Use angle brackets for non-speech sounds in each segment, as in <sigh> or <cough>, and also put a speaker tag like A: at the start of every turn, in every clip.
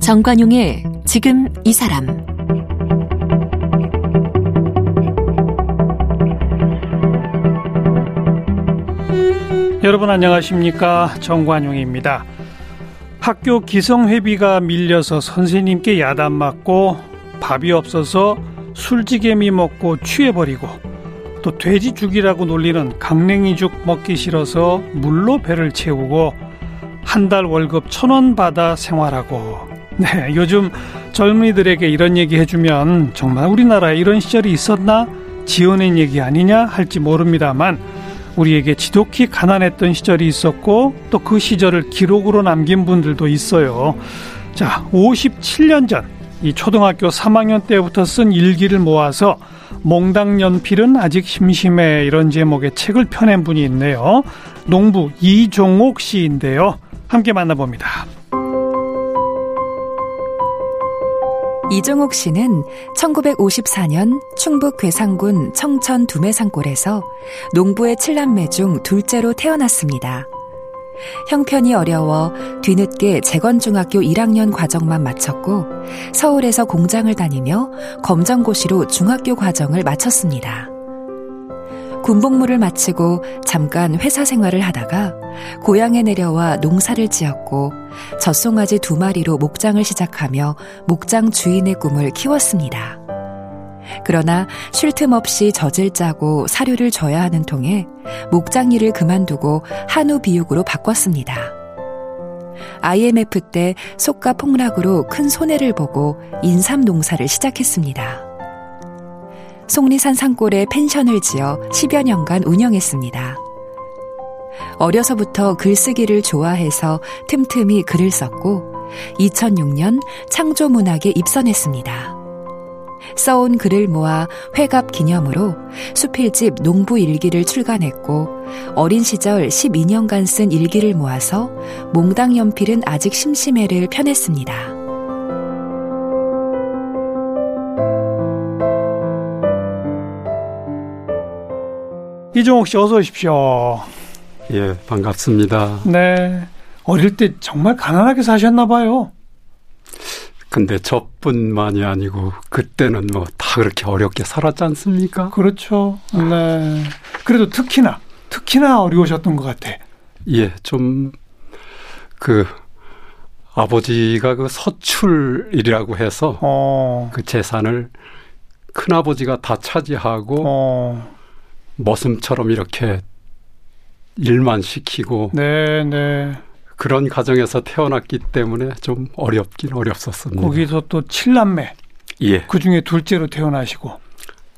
A: 정관용의 지금 이 사람
B: 여러분 안녕하십니까 정관용입니다. 학교 기성회비가 밀려서 선생님께 야단 맞고 밥이 없어서 술지개미 먹고 취해버리고 또 돼지 죽이라고 놀리는 강냉이죽 먹기 싫어서 물로 배를 채우고 한 달 월급 천 원 받아 생활하고 네 요즘 젊은이들에게 이런 얘기 해주면 정말 우리나라에 이런 시절이 있었나 지어낸 얘기 아니냐 할지 모릅니다만 우리에게 지독히 가난했던 시절이 있었고 또 그 시절을 기록으로 남긴 분들도 있어요. 자, 57년 전, 이 초등학교 3학년 때부터 쓴 일기를 모아서 몽당 연필은 아직 심심해 이런 제목의 책을 펴낸 분이 있네요. 농부 이종옥 씨인데요. 함께 만나봅니다.
C: 이종옥 씨는 1954년 충북 괴산군 청천 두메산골에서 농부의 칠남매 중 둘째로 태어났습니다. 형편이 어려워 뒤늦게 재건중학교 1학년 과정만 마쳤고 서울에서 공장을 다니며 검정고시로 중학교 과정을 마쳤습니다. 군복무를 마치고 잠깐 회사 생활을 하다가 고향에 내려와 농사를 지었고 젖송아지 두 마리로 목장을 시작하며 목장 주인의 꿈을 키웠습니다. 그러나 쉴 틈 없이 젖을 짜고 사료를 줘야 하는 통에 목장 일을 그만두고 한우 비육으로 바꿨습니다. IMF 때 속가 폭락으로 큰 손해를 보고 인삼 농사를 시작했습니다. 속리산 산골에 펜션을 지어 10여 년간 운영했습니다. 어려서부터 글쓰기를 좋아해서 틈틈이 글을 썼고 2006년 창조문학에 입선했습니다. 써온 글을 모아 회갑 기념으로 수필집 농부 일기를 출간했고 어린 시절 12년간 쓴 일기를 모아서 몽당 연필은 아직 심심해를 펴냈습니다.
B: 이종옥 씨 어서 오십시오.
D: 예, 반갑습니다.
B: 네. 어릴 때 정말 가난하게 사셨나 봐요.
D: 근데 저뿐만이 아니고 그때는 뭐 다 그렇게 어렵게 살았지 않습니까?
B: 그렇죠. 네. 그래도 특히나 특히나 어려우셨던 것 같아.
D: 예, 좀 그 아버지가 그 서출이라고 해서
B: 어.
D: 그 재산을 큰아버지가 다 차지하고
B: 어.
D: 머슴처럼 이렇게 일만 시키고
B: 네, 네.
D: 그런 가정에서 태어났기 때문에 좀 어렵긴 어렵었습니다.
B: 거기서 또 칠남매
D: 예,
B: 그 중에 둘째로 태어나시고.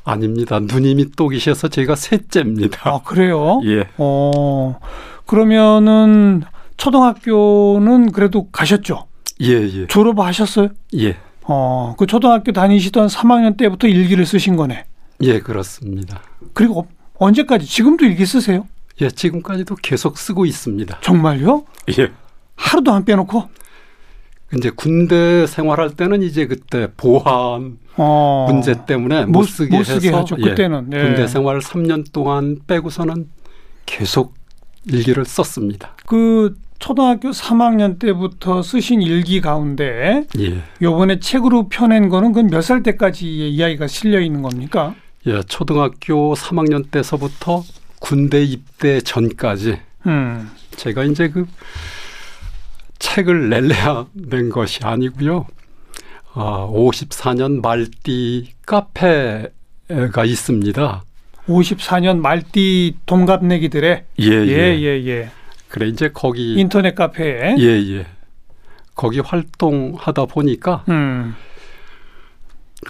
D: 아닙니다. 누님이 똑이셔서 제가 셋째입니다.
B: 아 그래요?
D: 예,
B: 어 그러면은 초등학교는 그래도 가셨죠?
D: 예, 예,
B: 졸업하셨어요?
D: 예,
B: 어그 초등학교 다니시던 3학년 때부터 일기를 쓰신 거네.
D: 예, 그렇습니다.
B: 그리고 어- 언제까지? 지금도 일기 쓰세요?
D: 예, 지금까지도 계속 쓰고 있습니다.
B: 정말요?
D: 예.
B: 하루도 안 빼놓고?
D: 이제 군대 생활할 때는 이제 그때 보안
B: 어
D: 문제 때문에 못,
B: 못-
D: 쓰게
B: 못 쓰게
D: 해서
B: 하죠, 그때는. 예.
D: 군대 생활 3년 동안 빼고서는 계속 일기를 썼습니다.
B: 그 초등학교 3학년 때부터 쓰신 일기 가운데
D: 예.
B: 요번에 책으로 펴낸 거는 그 몇 살 때까지의 이야기가 실려 있는 겁니까?
D: 예, 초등학교 3학년 때서부터 군대 입대 전까지
B: 음.
D: 제가 이제 그 책을 낼래야 낸 것이 아니고요. 아, 54년 말띠 카페가 있습니다.
B: 54년 말띠 동갑내기들의
D: 예, 예.
B: 예예예
D: 그래 이제 거기
B: 인터넷 카페에
D: 예, 예. 거기 활동하다 보니까
B: 음.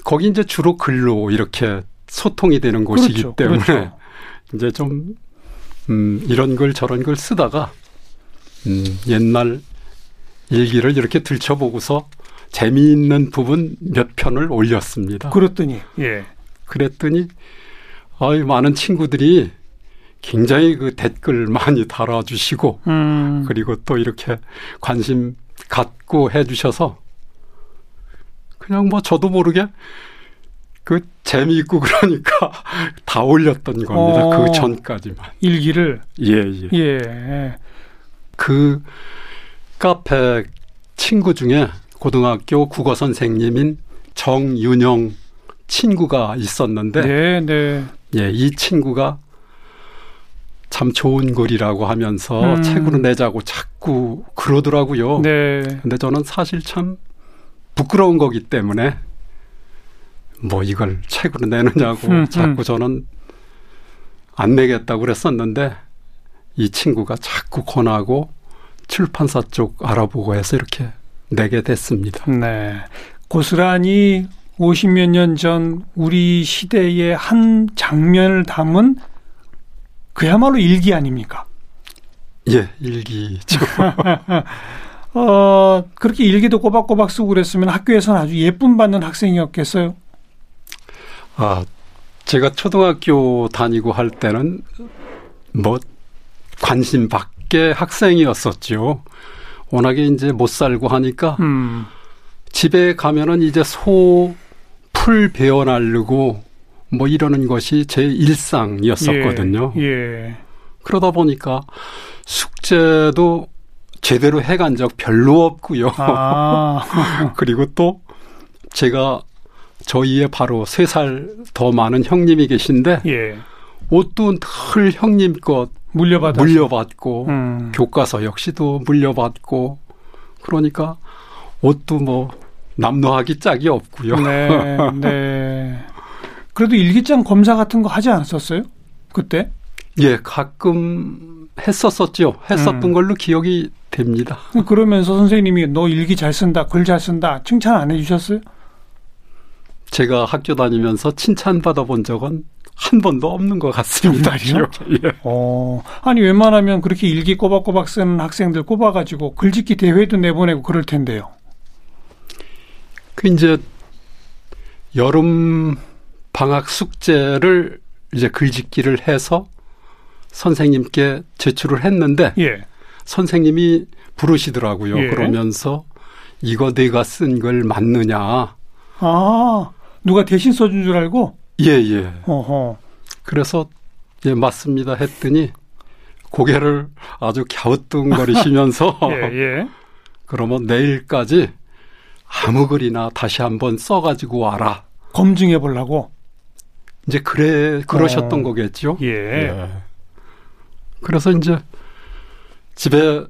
D: 거기 이제 주로 글로 이렇게 소통이 되는 곳이기
B: 그렇죠,
D: 때문에
B: <laughs> 그렇죠.
D: 이제 좀 음, 이런 글 저런 글 쓰다가 음, 옛날 일기를 이렇게 들춰보고서 재미있는 부분 몇 편을 올렸습니다.
B: 그랬더니 예.
D: 그랬더니 아이 많은 친구들이 굉장히 그 댓글 많이 달아주시고
B: 음.
D: 그리고 또 이렇게 관심 갖고 해주셔서 그냥 뭐 저도 모르게 그 재미있고 그러니까 <laughs> 다 올렸던 겁니다.
B: 어.
D: 그 전까지만.
B: 일기를
D: 예, 예.
B: 예.
D: 그 카페 친구 중에 고등학교 국어 선생님인 정윤영 친구가 있었는데
B: 네, 네.
D: 예, 이 친구가 참 좋은 글이라고 하면서
B: 음.
D: 책으로 내자고 자꾸 그러더라고요.
B: 네.
D: 근데 저는 사실 참 부끄러운 거기 때문에 뭐 이걸 책으로 내느냐고
B: 음, 음.
D: 자꾸 저는 안 내겠다고 그랬었는데 이 친구가 자꾸 권하고 출판사 쪽 알아보고 해서 이렇게 내게 됐습니다.
B: 네. 고스란히 50몇 년 전 우리 시대의 한 장면을 담은 그야말로 일기 아닙니까?
D: 예, 일기죠.
B: <laughs> 어, 그렇게 일기도 꼬박꼬박 쓰고 그랬으면 학교에서는 아주 예쁨 받는 학생이었겠어요?
D: 아, 제가 초등학교 다니고 할 때는 뭐 관심 밖의 학생이었었죠. 워낙에 이제 못 살고 하니까
B: 음.
D: 집에 가면은 이제 소, 풀 베어 날르고 뭐 이러는 것이 제 일상이었었거든요.
B: 예. 예.
D: 그러다 보니까 숙제도 제대로 해간 적 별로 없고요.
B: 아.
D: <laughs>
B: <laughs>
D: 그리고 또 제가 저희의 바로 세 살 더 많은 형님이 계신데
B: 예.
D: 옷도 늘 형님 것
B: 물려받아.
D: 물려받고
B: 음.
D: 교과서 역시도 물려받고 그러니까 옷도 뭐 남노하기 짝이 없고요.
B: 네, 네. 그래도 일기장 검사 같은 거 하지 않았었어요? 그때?
D: 예, 가끔 했었었죠. 했었던
B: 음.
D: 걸로 기억이 됩니다.
B: 그러면서 선생님이 너 일기 잘 쓴다, 글 잘 쓴다 칭찬 안 해주셨어요?
D: 제가 학교 다니면서 칭찬받아 본 적은 한 번도 없는 것 같습니다.
B: 정말요?
D: <laughs> 예.
B: 어, 아니 웬만하면 그렇게 일기 꼬박꼬박 쓰는 학생들 꼽아가지고 글짓기 대회도 내보내고 그럴 텐데요.
D: 그 이제 여름 방학 숙제를 이제 글짓기를 해서 선생님께 제출을 했는데
B: 예,
D: 선생님이 부르시더라고요.
B: 예.
D: 그러면서 이거 내가 쓴 걸 맞느냐.
B: 아 누가 대신 써준 줄 알고,
D: 예, 예.
B: 어허,
D: 그래서 예, 맞습니다 했더니 고개를 아주 갸우뚱거리시면서
B: <laughs> 예, 예,
D: 그러면 내일까지 아무 글이나 다시 한번 써가지고 와라.
B: 검증해 보려고,
D: 이제 그래 그러셨던
B: 어.
D: 거겠죠.
B: 예,
D: 그래서 이제 집에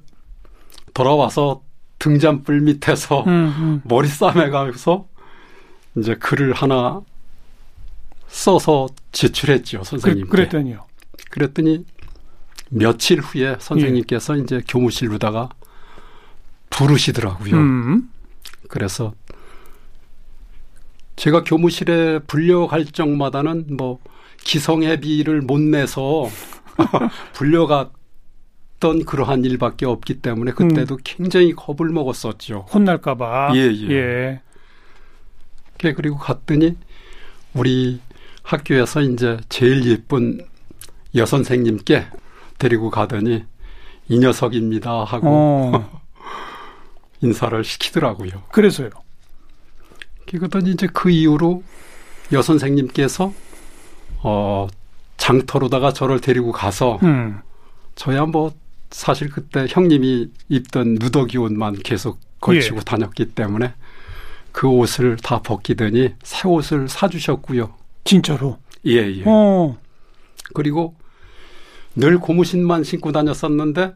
D: 돌아와서 등잔불 밑에서
B: 음, 음.
D: 머리 싸매가면서 이제 글을 하나 써서 제출했죠 선생님께. 예.
B: 그, 랬더니요
D: 그랬더니 며칠 후에 선생님께서 이제 교무실로다가 부르시더라고요.
B: 음,
D: 그래서 제가 교무실에 불려갈 적마다는 뭐 기성애비를 못 내서 <laughs> 불려갔던 그러한 일밖에 없기 때문에 그때도 굉장히 겁을 먹었었죠.
B: 혼날까봐,
D: 예, 예.
B: 예,
D: 예, 그리고 갔더니 우리 학교에서 이제 제일 예쁜 여선생님께 데리고 가더니 이 녀석입니다 하고 <laughs>
B: 어,
D: 인사를 시키더라고요.
B: 그래서요.
D: 그러더니 이제 그 이후로 여선생님께서 어, 장터로다가 저를 데리고 가서
B: 음.
D: 저야 뭐 사실 그때 형님이 입던 누더기 옷만 계속 걸치고
B: 예.
D: 다녔기 때문에 그 옷을 다 벗기더니 새 옷을 사주셨고요.
B: 진짜로.
D: 예, 예.
B: 어.
D: 그리고 늘 고무신만 신고 다녔었는데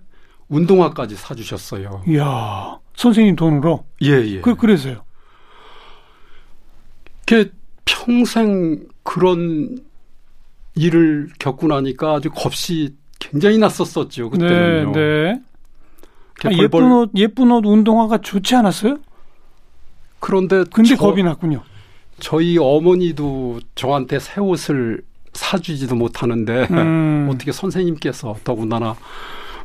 D: 운동화까지 사주셨어요.
B: 이야. 선생님 돈으로.
D: 예, 예.
B: 그, 그래서요.
D: 그렇게 평생 그런 일을 겪고 나니까 아주 겁이 굉장히 났었었죠.
B: 네,
D: 그때는요.
B: 네. 아,
D: 이렇게 벌벌-
B: 예쁜 옷, 예쁜 옷 운동화가 좋지 않았어요?
D: 그런데
B: 근데
D: 저,
B: 겁이 났군요.
D: 저희 어머니도 저한테 새 옷을 사주지도 못하는데
B: 음.
D: 네. 어떻게 선생님께서 더군다나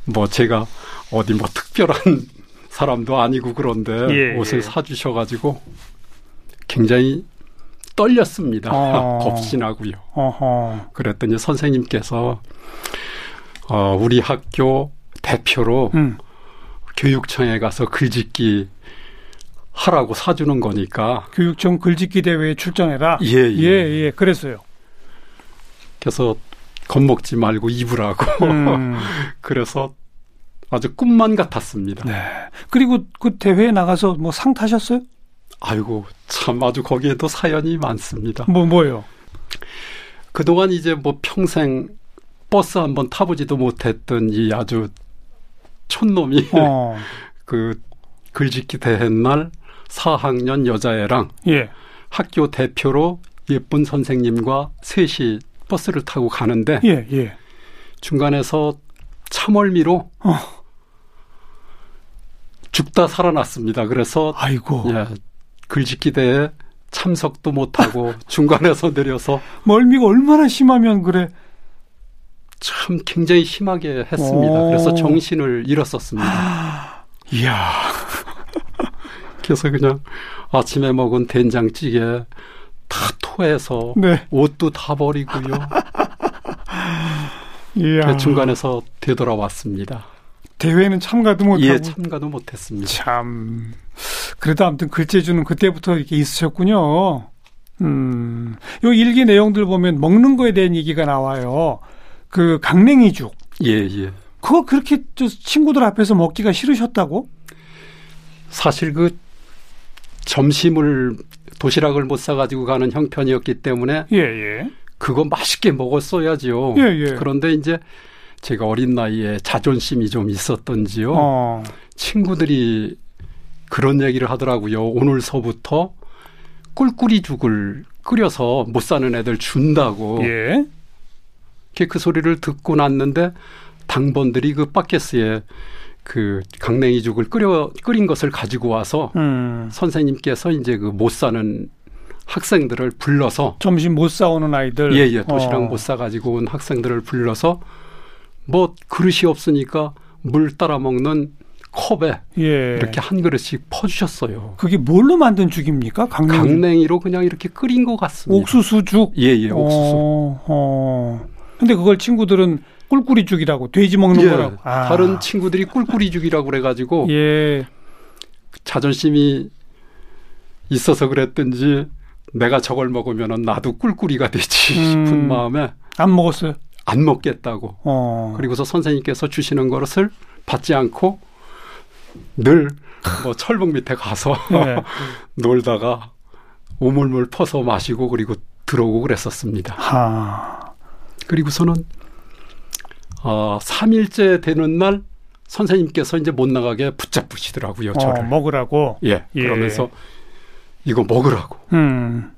D: 뭐 제가 어디 뭐 특별한 <laughs> 사람도 아니고 그런데
B: 예,
D: 옷을
B: 예.
D: 사주셔가지고 굉장히 떨렸습니다.
B: 어.
D: <laughs> 겁이 나고요.
B: 어허.
D: 그랬더니 선생님께서 어, 우리 학교 대표로
B: 음.
D: 교육청에 가서 글짓기 하라고 사주는 거니까.
B: 교육청 글짓기 대회에 출전해라.
D: 예, 예.
B: 예, 예. 그랬어요.
D: 그래서 겁먹지 말고 입으라고.
B: 음.
D: <laughs> 그래서 아주 꿈만 같았습니다.
B: 네. 그리고 그 대회에 나가서 뭐 상 타셨어요?
D: 아이고 참 아주 거기에도 사연이 많습니다.
B: 뭐 뭐예요?
D: 그동안 이제 뭐 평생 버스 한번 타보지도 못했던 이 아주 촌놈이
B: 어.
D: <laughs> 그 글짓기 대회 날 4학년 여자애랑
B: 예.
D: 학교 대표로 예쁜 선생님과 셋이 버스를 타고 가는데
B: 예, 예.
D: 중간에서 참얼미로
B: 어.
D: 죽다 살아났습니다. 그래서
B: 아이고.
D: 예, 글짓기 대회 참석도 못하고 <laughs> 중간에서 내려서
B: 멀미가 얼마나 심하면 그래.
D: 참 굉장히 심하게 했습니다.
B: 오.
D: 그래서 정신을 잃었었습니다.
B: 이야.
D: 그래서 그냥 아침에 먹은 된장찌개 다 토해서
B: 네.
D: 옷도 다 <laughs> 버리고요.
B: 이야.
D: 그 중간에서 되돌아왔습니다.
B: 대회는 참가도 못하고.
D: 예, 참가도 못했습니다.
B: 참. 그래도 아무튼 글재주는 그때부터 이렇게 있으셨군요. 음. 요 일기 내용들 보면 먹는 거에 대한 얘기가 나와요. 그 강냉이죽.
D: 예, 예.
B: 그거 그렇게 저 친구들 앞에서 먹기가 싫으셨다고?
D: 사실 그 점심을 도시락을 못 사가지고 가는 형편이었기 때문에
B: 예, 예.
D: 그거 맛있게 먹었어야지요.
B: 예, 예.
D: 그런데 이제 제가 어린 나이에 자존심이 좀 있었던지요.
B: 어.
D: 친구들이 그런 얘기를 하더라고요. 오늘서부터 꿀꿀이 죽을 끓여서 못 사는 애들 준다고.
B: 예.
D: 이렇게 그 소리를 듣고 났는데 당번들이 그 바켓스에 그 강냉이 죽을 끓여 끓인 것을 가지고 와서
B: 음.
D: 선생님께서 이제 그 못 사는 학생들을 불러서
B: 점심 못 사오는 아이들.
D: 예예 도시락
B: 어.
D: 못 사가지고 온 학생들을 불러서 뭐 그릇이 없으니까 물 따라 먹는 컵에
B: 예.
D: 이렇게 한 그릇씩 퍼주셨어요.
B: 그게 뭘로 만든 죽입니까? 강냉이. 죽?
D: 강냉이로 그냥 이렇게 끓인 것
B: 음.
D: 같습니다.
B: 옥수수죽.
D: 예예 옥수수.
B: 어, 어. 근데 그걸 친구들은 꿀꿀이죽이라고 돼지 먹는
D: 예,
B: 거라고. 아.
D: 다른 친구들이 꿀꿀이죽이라고 그래가지고
B: 예.
D: 자존심이 있어서 그랬든지 내가 저걸 먹으면 나도 꿀꿀이가 되지
B: 음.
D: 싶은 마음에
B: 안 먹었어요.
D: 안 먹겠다고.
B: 어.
D: 그리고서 선생님께서 주시는 것을 받지 않고 늘 뭐 철봉 밑에 가서
B: 예.
D: <laughs> 놀다가 오물물 퍼서 마시고 그리고 들어오고 그랬었습니다.
B: 하.
D: 그리고서는 어, 3일째 되는 날 선생님께서 이제 못 나가게 붙잡으시더라고요,
B: 어,
D: <laughs> 저를.
B: 먹으라고.
D: 예,
B: 예.
D: 그러면서 이거 먹으라고.
B: 음.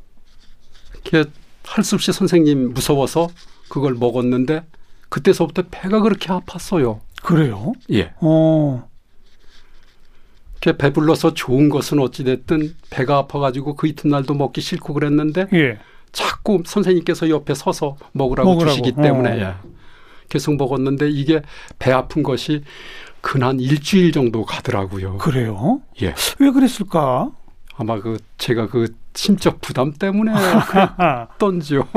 D: 이렇게 할 수 없이 선생님 무서워서 그걸 먹었는데 그때서부터 배가 그렇게 아팠어요.
B: 그래요?
D: 예.
B: 어.
D: 이렇게 배불러서 좋은 것은 어찌됐든 배가 아파가지고 그 이튿날도 먹기 싫고 그랬는데
B: 예.
D: 자꾸 선생님께서 옆에 서서 먹으라고,
B: 먹으라고.
D: 주시기 때문에
B: 어.
D: 예. 계속 먹었는데 이게 배 아픈 것이 근한 일주일 정도 가더라고요.
B: 그래요?
D: 예.
B: 왜 그랬을까?
D: 아마 그 제가 그 심적
B: <laughs>
D: 부담 때문에
B: 아,
D: 그랬던지요.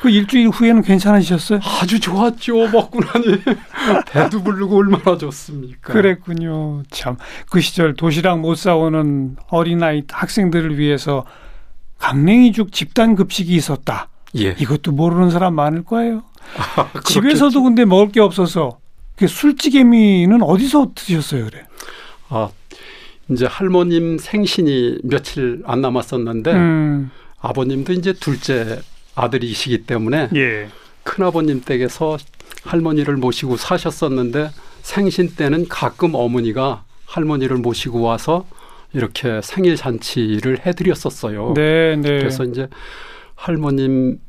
B: 그 일주일 후에는 괜찮으셨어요?
D: 아주 좋았죠. 먹고 나니 <laughs> 배도 부르고 얼마나 좋습니까.
B: 그랬군요. 참 그 시절 도시락 못 사오는 어린아이 학생들을 위해서 강냉이죽 집단 급식이 있었다.
D: 예.
B: 이것도 모르는 사람 많을 거예요.
D: 아, 그렇겠죠.
B: 집에서도 근데 먹을 게 없어서 그 술찌개미는 어디서 드셨어요, 그래?
D: 아 이제 할머님 생신이 며칠 안 남았었는데
B: 음,
D: 아버님도 이제 둘째 아들이시기 때문에
B: 예.
D: 큰아버님 댁에서 할머니를 모시고 사셨었는데 생신 때는 가끔 어머니가 할머니를 모시고 와서 이렇게 생일 잔치를 해드렸었어요.
B: 네, 네.
D: 그래서 이제 할머님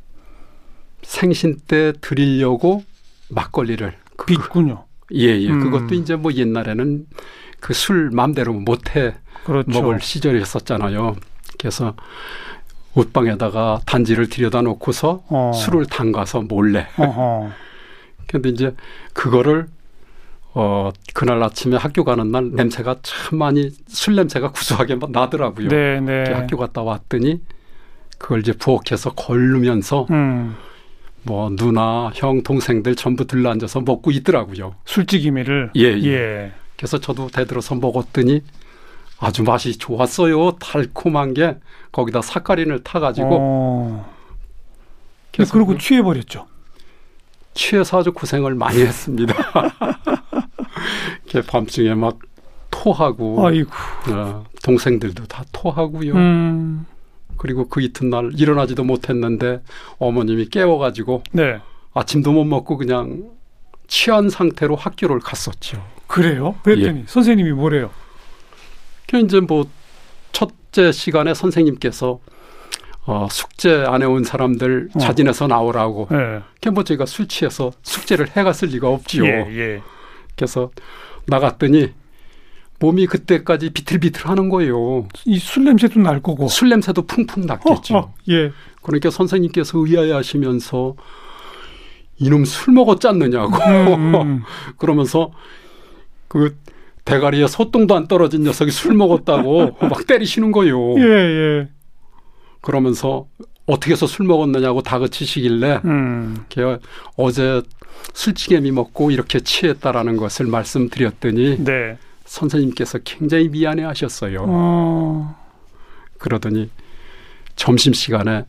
D: 생신 때 드리려고 막걸리를 그-
B: 빚군요.
D: 예, 예.
B: 음.
D: 그것도 이제 뭐 옛날에는 그 술 마음대로 못해
B: 그렇죠.
D: 먹을 시절이었었잖아요. 그래서 옷방에다가 단지를 들여다 놓고서
B: 어.
D: 술을 담가서 몰래.
B: 어허.
D: 근데 이제 그거를 어 그날 아침에 학교 가는 날 냄새가 참 많이 술 냄새가 구수하게 막 나더라고요.
B: 네, 네.
D: 학교 갔다 왔더니 그걸 이제 부엌에서 걸르면서
B: 음,
D: 뭐 누나, 형, 동생들 전부 들러앉아서 먹고 있더라고요.
B: 술찌개미를
D: 예, 예.
B: 예.
D: 그래서 저도 대들어서 먹었더니 아주 맛이 좋았어요. 달콤한 게 거기다 사카린을 타가지고
B: 어. 근데
D: 계속
B: 그러고 취해버렸죠.
D: 취해서 아주 고생을 많이 했습니다. <laughs> 이렇게 밤중에 막 토하고
B: 아이고.
D: 어, 동생들도 다 토하고요.
B: 음.
D: 그리고 그 이튿날 일어나지도 못했는데 어머님이 깨워가지고
B: 네.
D: 아침도 못 먹고 그냥 취한 상태로 학교를 갔었죠.
B: 그래요?
D: 예.
B: 그랬더니 선생님이 뭐래요?
D: 그 이제 뭐 첫째 시간에 선생님께서 어, 숙제 안 해온 사람들
B: 어.
D: 자진해서 나오라고.
B: 예.
D: 그뭐 저희가 술 취해서 숙제를 해갔을 리가 없지요.
B: 예, 예.
D: 그래서 나갔더니 몸이 그때까지 비틀비틀하는 거예요.
B: 이 술 냄새도 날 거고.
D: 술 냄새도 풍풍 났겠죠.
B: 어, 어, 예.
D: 그러니까 선생님께서 의아해하시면서 이놈 술 먹었잖느냐고 <laughs>
B: 음, 음.
D: 그러면서 그 대가리에 소똥도 안 떨어진 녀석이 술 먹었다고 막 때리시는 거요.
B: 예, 예.
D: 그러면서 어떻게 해서 술 먹었느냐고 다그치시길래
B: 음.
D: 걔 어제 술찌개미 먹고 이렇게 취했다라는 것을 말씀드렸더니
B: 네.
D: 선생님께서 굉장히 미안해하셨어요.
B: 어.
D: 그러더니 점심 시간에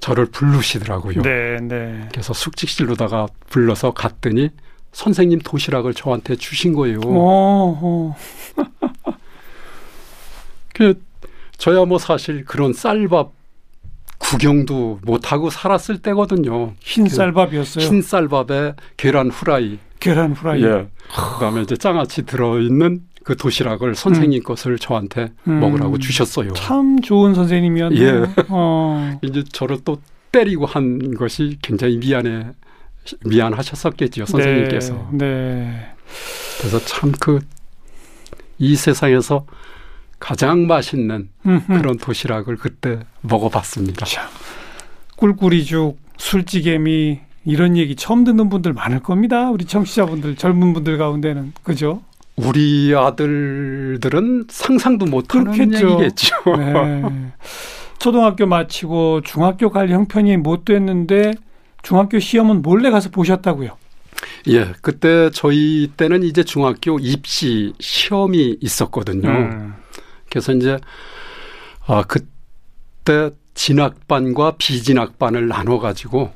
D: 저를 부르시더라고요.
B: 네, 네.
D: 그래서 숙직실로다가 불러서 갔더니 선생님 도시락을 저한테 주신 거예요.
B: 어, 어.
D: 그 저야 뭐 사실 그런 쌀밥 구경도 못하고 살았을 때거든요.
B: 흰 쌀밥이었어요.
D: 그 흰 쌀밥에 계란 후라이,
B: 계란 후라이.
D: 예. 그다음에 이제 장아찌 들어있는 그 도시락을 선생님 것을 저한테
B: 음.
D: 먹으라고 주셨어요.
B: 참 좋은 선생님이었네요.
D: 예.
B: 어.
D: 이제 저를 또 때리고 한 것이 굉장히 미안해 미안하셨었겠지요 <laughs> 선생님께서.
B: 네. 네.
D: 그래서 참 그 이 세상에서 가장 맛있는
B: 음, 음.
D: 그런 도시락을 그때 먹어봤습니다.
B: 참. 꿀꿀이죽, 술찌개미 이런 얘기 처음 듣는 분들 많을 겁니다. 우리 청취자분들 젊은 분들 가운데는 그죠?
D: 우리 아들들은 상상도 못하는
B: 그렇겠죠.
D: 얘기겠죠. <laughs>
B: 네. <laughs> 초등학교 마치고 중학교 갈 형편이 못 됐는데 중학교 시험은 몰래 가서 보셨다고요.
D: 예, 그때 저희 때는 이제 중학교 입시 시험이 있었거든요.
B: 음.
D: 그래서 이제 아 그때 진학반과 비진학반을 나눠 가지고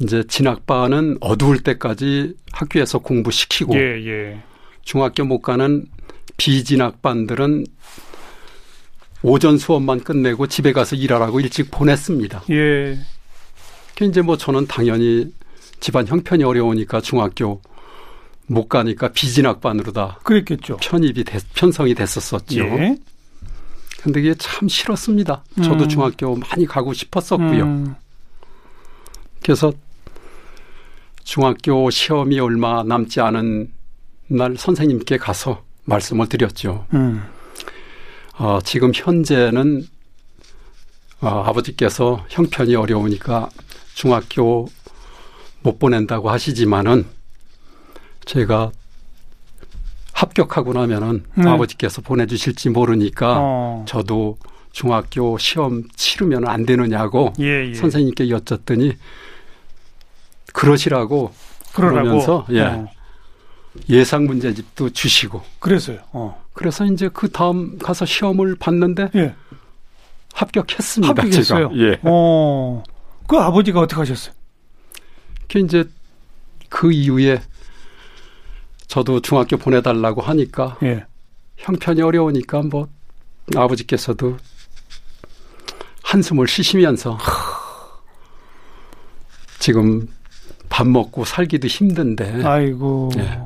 D: 이제 진학반은 어두울 때까지 학교에서 공부시키고
B: 예, 예.
D: 중학교 못 가는 비진학반들은 오전 수업만 끝내고 집에 가서 일하라고 일찍 보냈습니다.
B: 예.
D: 그 이제 뭐 저는 당연히 집안 형편이 어려우니까 중학교 못 가니까 비진학반으로 다
B: 그랬겠죠.
D: 편입이 됐- 편성이 됐었었지요.
B: 예.
D: 근데 이게 참 싫었습니다. 저도
B: 음.
D: 중학교 많이 가고 싶었었고요.
B: 음,
D: 그래서 중학교 시험이 얼마 남지 않은 날 선생님께 가서 말씀을 드렸죠.
B: 음.
D: 아, 지금 현재는 아, 아버지께서 형편이 어려우니까 중학교 못 보낸다고 하시지만은 제가 합격하고 나면은
B: 네.
D: 아버지께서 보내주실지 모르니까
B: 어.
D: 저도 중학교 시험 치르면 안 되느냐고
B: 예, 예.
D: 선생님께 여쭸더니 그러시라고
B: 그러라고.
D: 그러면서, 예.
B: 어.
D: 예상 문제집도 주시고
B: 그래서요. 어.
D: 그래서 이제 그 다음 가서 시험을 봤는데
B: 예.
D: 합격했습니다.
B: 합격했어요.
D: 제가. 예.
B: 어. 그 아버지가 어떻게 하셨어요?
D: 그 이제 그 이후에 저도 중학교 보내달라고 하니까
B: 예.
D: 형편이 어려우니까 뭐 아버지께서도 한숨을 쉬시면서 지금 밥 먹고 살기도 힘든데
B: 아이고.
D: 예.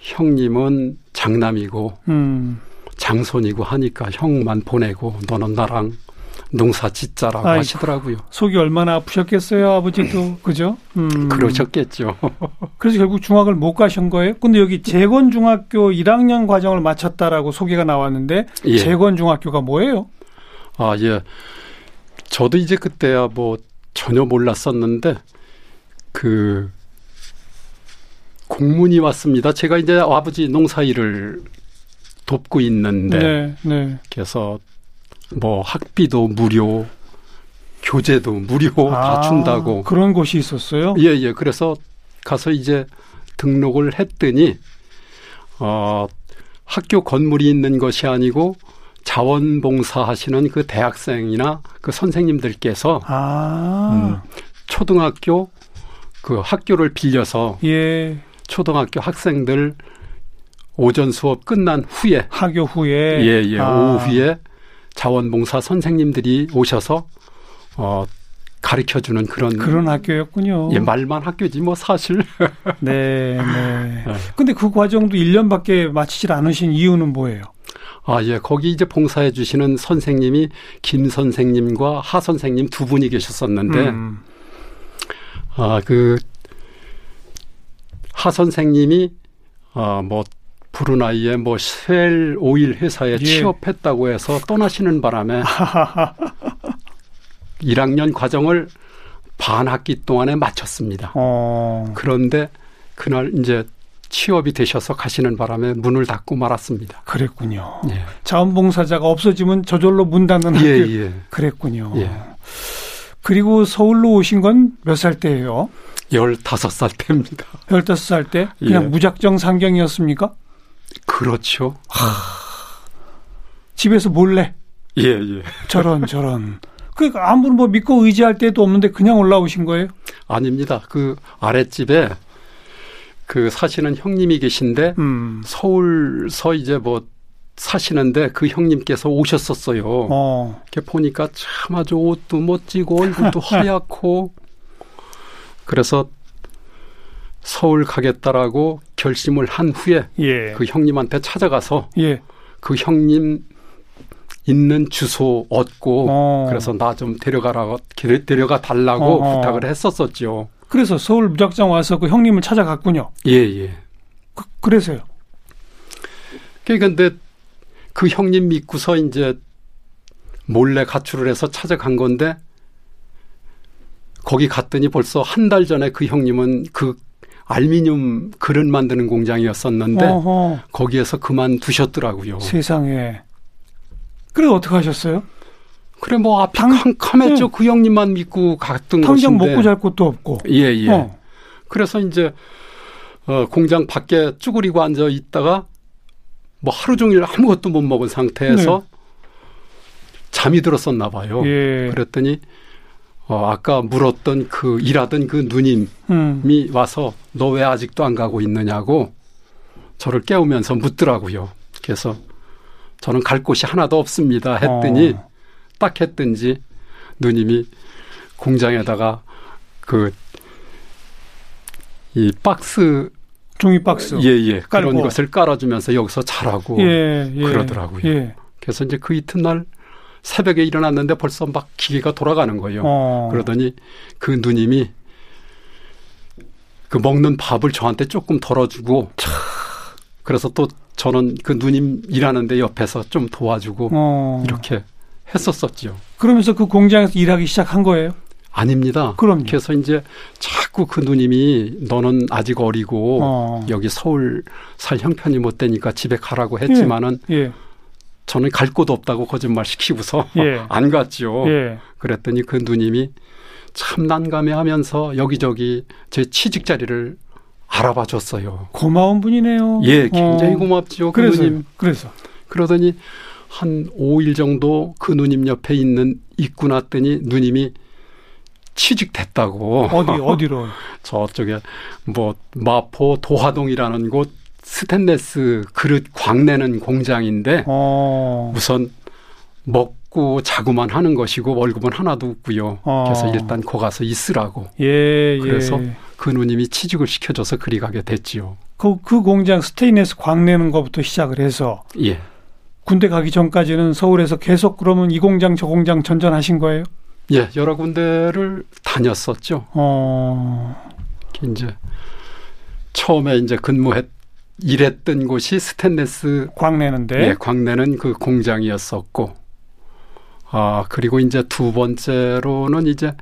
D: 형님은 장남이고
B: 음.
D: 장손이고 하니까 형만 보내고 너는 나랑 농사 짓자라고
B: 아이고. 음.
D: 하시더라고요.
B: 속이 얼마나 아프셨겠어요, 아버지도. 그죠? 음.
D: 그러셨겠죠. <laughs>
B: 그래서 결국 중학을 못 가신 거예요? 근데 여기 재건 중학교 1학년 과정을 마쳤다라고 소개가 나왔는데
D: 예.
B: 재건 중학교가 뭐예요?
D: 아, 예. 저도 이제 그때야 뭐 전혀 몰랐었는데 그 공문이 왔습니다. 제가 이제 아버지 농사 일을 돕고 있는데
B: 네. 네.
D: 그래서 뭐 학비도 무료, 교재도 무료 뭐 다
B: 아,
D: 준다고.
B: 그런 곳이 있었어요?
D: 예, 예. 그래서 가서 이제 등록을 했더니 어 학교 건물이 있는 것이 아니고 자원봉사하시는 그 대학생이나 그 선생님들께서
B: 아,
D: 초등학교 그 학교를 빌려서
B: 예.
D: 초등학교 학생들 오전 수업 끝난 후에
B: 학교 후에.
D: 예예
B: 아,
D: 오후에 자원봉사 선생님들이 오셔서 어 가르쳐 주는 그런
B: 그런 학교였군요.
D: 예, 말만 학교지 뭐 사실
B: 네, 네. 근데 그 과정도 1년밖에 마치질 않으신 이유는 뭐예요?
D: 아 예 거기 이제 봉사해 주시는 선생님이 김 선생님과 하 선생님 두 분이 계셨었는데
B: 음.
D: 아 그 하 선생님이 아뭐 브루나이의 뭐쉘 오일 회사에
B: 예.
D: 취업했다고 해서 떠나시는
B: <laughs>
D: 바람에 1학년 과정을 반 학기 동안에 마쳤습니다.
B: 어.
D: 그런데 그날 이제 취업이 되셔서 가시는 바람에 문을 닫고 말았습니다.
B: 그랬군요.
D: 예.
B: 자원봉사자가 없어지면 저절로 문 닫는 학교.
D: 예, 예.
B: 그랬군요.
D: 예.
B: 그리고 서울로 오신 건 몇 살 때예요?
D: 15살 때입니다.
B: 15살 때? 그냥
D: 예.
B: 무작정 상경이었습니까?
D: 그렇죠.
B: 집에서 몰래
D: 예, 예.
B: 저런 저런. 그러니까 아무런 뭐 믿고 의지할 데도 없는데 그냥 올라오신 거예요?
D: 아닙니다. 그 아랫집에 그 사시는 형님이 계신데
B: 음.
D: 서울서 이제 뭐 사시는데 그 형님께서 오셨었어요.
B: 어.
D: 이렇게 보니까 참 아주 옷도 멋지고 <laughs> 얼굴도 하얗고 그래서 서울 가겠다라고 결심을 한 후에
B: 예.
D: 그 형님한테 찾아가서
B: 예.
D: 그 형님 있는 주소 얻고
B: 어.
D: 그래서 나 좀 데려가라고 데- 데려가 달라고
B: 어허.
D: 부탁을 했었었죠.
B: 그래서 서울 무작정 와서 그 형님을 찾아갔군요.
D: 예, 예.
B: 그, 그래서요.
D: 그 근데 그 형님 믿고서 이제 몰래 가출을 해서 찾아간 건데 거기 갔더니 벌써 한 달 전에 그 형님은 그 알미늄 그릇 만드는 공장이었었는데
B: 어허.
D: 거기에서 그만두셨더라고요.
B: 세상에. 그래 어떻게 하셨어요?
D: 그래 뭐 앞이
B: 당-
D: 캄캄했죠. 그 형님만 믿고 갔던
B: 당장
D: 것인데.
B: 먹고 잘 것도 없고.
D: 예, 예.
B: 어.
D: 그래서 이제 어, 공장 밖에 쭈그리고 앉아 있다가 뭐 하루 종일 아무것도 못 먹은 상태에서 잠이 들었었나 봐요.
B: 네. 예.
D: 어, 그랬더니 어, 아까 물었던 그 일하던 그 누님이
B: 음.
D: 와서 너 왜 아직도 안 가고 있느냐고 저를 깨우면서 묻더라고요. 그래서 저는 갈 곳이 하나도 없습니다. 했더니
B: 어.
D: 딱 했든지 누님이 공장에다가 그 이 박스
B: 종이 박스.
D: 예예 그런
B: 깔고.
D: 것을 깔아주면서 여기서 자라고
B: 예, 예.
D: 그러더라고요.
B: 예.
D: 그래서 이제 그 이튿날 새벽에 일어났는데 벌써 막 기계가 돌아가는 거예요.
B: 어.
D: 그러더니 그 누님이 그 먹는 밥을 저한테 조금 덜어주고 그래서 또 저는 그 누님 일하는데 옆에서 좀 도와주고
B: 어.
D: 이렇게 했었었지요.
B: 그러면서 그 공장에서 일하기 시작한 거예요.
D: 아닙니다.
B: 그럼요.
D: 그래서 이제 자꾸 그 누님이 너는 아직 어리고
B: 어.
D: 여기 서울 살 형편이 못 되니까 집에 가라고 했지만은
B: 예.
D: 저는 갈 곳 없다고 거짓말 시키고서
B: 예.
D: <laughs> 안 갔지요.
B: 예.
D: 그랬더니 그 누님이 참 난감해하면서 여기저기 제 취직 자리를 알아봐 줬어요.
B: 고마운 분이네요.
D: 예, 굉장히
B: 어.
D: 고맙지요. 그
B: 그래서
D: 누님. <laughs>
B: 그래서
D: 그러더니 한 5일 정도 그 누님 옆에 있는 입구 났더니 누님이 취직됐다고.
B: 어디 어디로
D: 저쪽에 뭐 마포 도화동이라는 곳 스탠레스 그릇 광내는 공장인데
B: 어.
D: 우선 먹고 자고만 하는 것이고 월급은 하나도 없고요.
B: 어.
D: 그래서 일단 거 가서 있으라고
B: 예, 예.
D: 그래서? 그 누님이 취직을 시켜줘서 그리 가게 됐지요.
B: 그, 그 공장 스테인레스 광내는 것부터 시작을 해서
D: 예.
B: 군대 가기 전까지는 서울에서 계속 그러면 이 공장 저 공장 전전하신 거예요?
D: 예, 여러 군데를 다녔었죠.
B: 어.
D: 이제 처음에 이제 근무했 일했던 곳이 스탠레스
B: 광내는데.
D: 예, 광내는 그 공장이었었고, 아 그리고 이제 두 번째로는 이제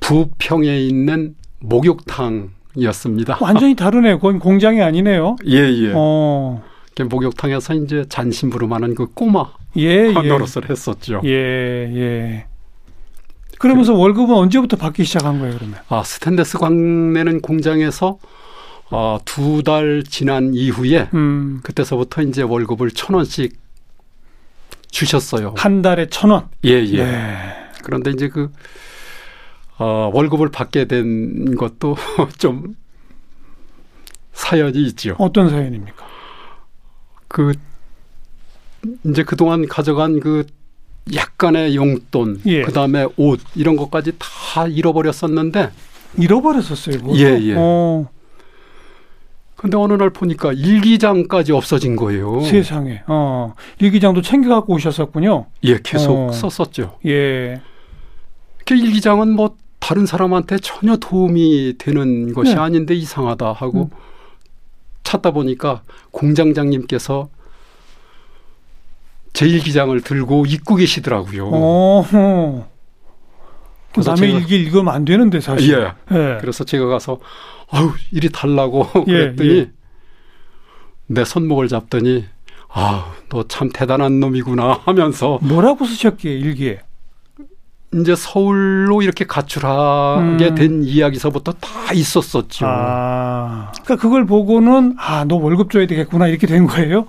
D: 부평에 있는 목욕탕이었습니다.
B: 완전히 다르네요. 그건 공장이 아니네요.
D: 예예.
B: 어.
D: 목욕탕에서 이제 잔심부름하는 그 꼬마
B: 예, 예.
D: 노릇을 했었죠.
B: 예, 예. 그러면서 월급은 언제부터 받기 시작한 거예요, 그러면?
D: 아 스탠레스 광내는 공장에서 어, 두 달 지난 이후에
B: 음,
D: 그때서부터 이제 월급을 천 원씩 주셨어요.
B: 한 달에 천 원.
D: 예, 예.
B: 네.
D: 그런데 이제 그 어, 월급을 받게 된 것도 <laughs> 좀 사연이 있죠.
B: 어떤 사연입니까?
D: 그 이제 그동안 가져간 그 약간의 용돈,
B: 예.
D: 그다음에 옷 이런 것까지 다 잃어버렸었는데
B: 잃어버렸었어요. 그거?
D: 예, 예.
B: 어,
D: 근데 어느 날 보니까 일기장까지 없어진 거예요.
B: 세상에. 어, 일기장도 챙겨 갖고 오셨었군요.
D: 예, 계속
B: 어.
D: 썼었죠.
B: 예.
D: 그 일기장은 뭐 다른 사람한테 전혀 도움이 되는 것이
B: 네. 음.
D: 아닌데 이상하다 하고 찾다 보니까 공장장님께서 제 일기장을 들고 입고 계시더라고요.
B: 어. 허. 그
D: 그래서
B: 남의
D: 제가-
B: 일기 읽으면 안 되는데 사실.
D: 예. 그래서 제가 가서 아우 이리 달라고 <laughs>
B: 예,
D: 그랬더니
B: 예.
D: 내 손목을 잡더니 아너 참 대단한 놈이구나 하면서
B: 뭐라고 쓰셨기에 일기에?
D: 이제 서울로 이렇게 가출하게
B: 음.
D: 된 이야기서부터 다 있었었죠.
B: 아. 그러니까 그걸 보고는 아, 너 월급 줘야 되겠구나 이렇게 된 거예요?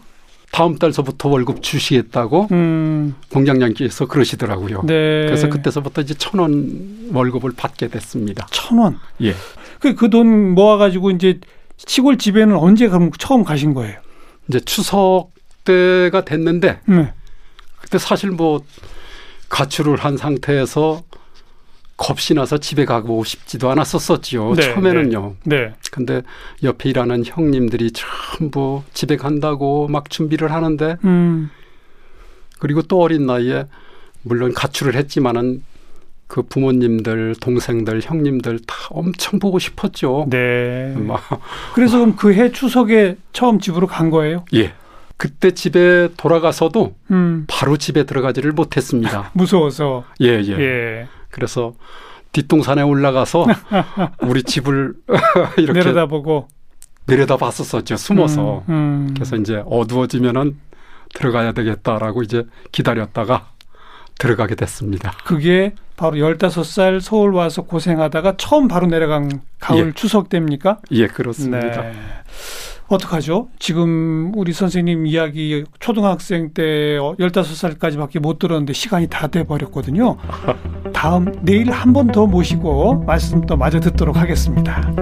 D: 다음 달서부터 월급 주시겠다고
B: 음.
D: 공장장께서 그러시더라고요.
B: 네.
D: 그렇죠. 그래서 그때서부터 이제 천 원 월급을 받게 됐습니다.
B: 천 원.
D: 예.
B: 그 그 돈 모아 가지고 이제 시골 집에는 언제 그럼 처음 가신 거예요?
D: 이제 추석 때가 됐는데
B: 네.
D: 그때 사실 뭐 가출을 한 상태에서 겁이 나서 집에 가고 싶지도 않았었었지요.
B: 네,
D: 처음에는요.
B: 네.
D: 근데 옆에 일하는 형님들이 전부 집에 간다고 막 준비를 하는데
B: 음.
D: 그리고 또 어린 나이에 물론 가출을 했지만은 그 부모님들, 동생들, 형님들 다 엄청 보고 싶었죠.
B: 네.
D: 막
B: 그래서 그럼 그 해 추석에 처음 집으로 간 거예요?
D: 예. 그때 집에 돌아가서도
B: 음.
D: 바로 집에 들어가지를 못했습니다.
B: 무서워서.
D: <laughs> 예, 예.
B: 예.
D: 그래서 뒷동산에 <laughs> 올라가서 우리 집을 <laughs> 이렇게 내려다,
B: 내려다보고
D: 봤었었죠. 숨어서.
B: 음, 음.
D: 그래서 이제 어두워지면은 들어가야 되겠다라고 이제 기다렸다가 들어가게 됐습니다.
B: 그게 바로 15살 서울 와서 고생하다가 처음 바로 내려간 가을
D: 예.
B: 추석 때입니까?
D: 예, 그렇습니다.
B: 네. 어떡하죠? 지금 우리 선생님 이야기 초등학생 때 15살까지밖에 못 들었는데 시간이 다 돼 버렸거든요. 다음 내일 한 번 더 모시고 말씀 또 마저 듣도록 하겠습니다.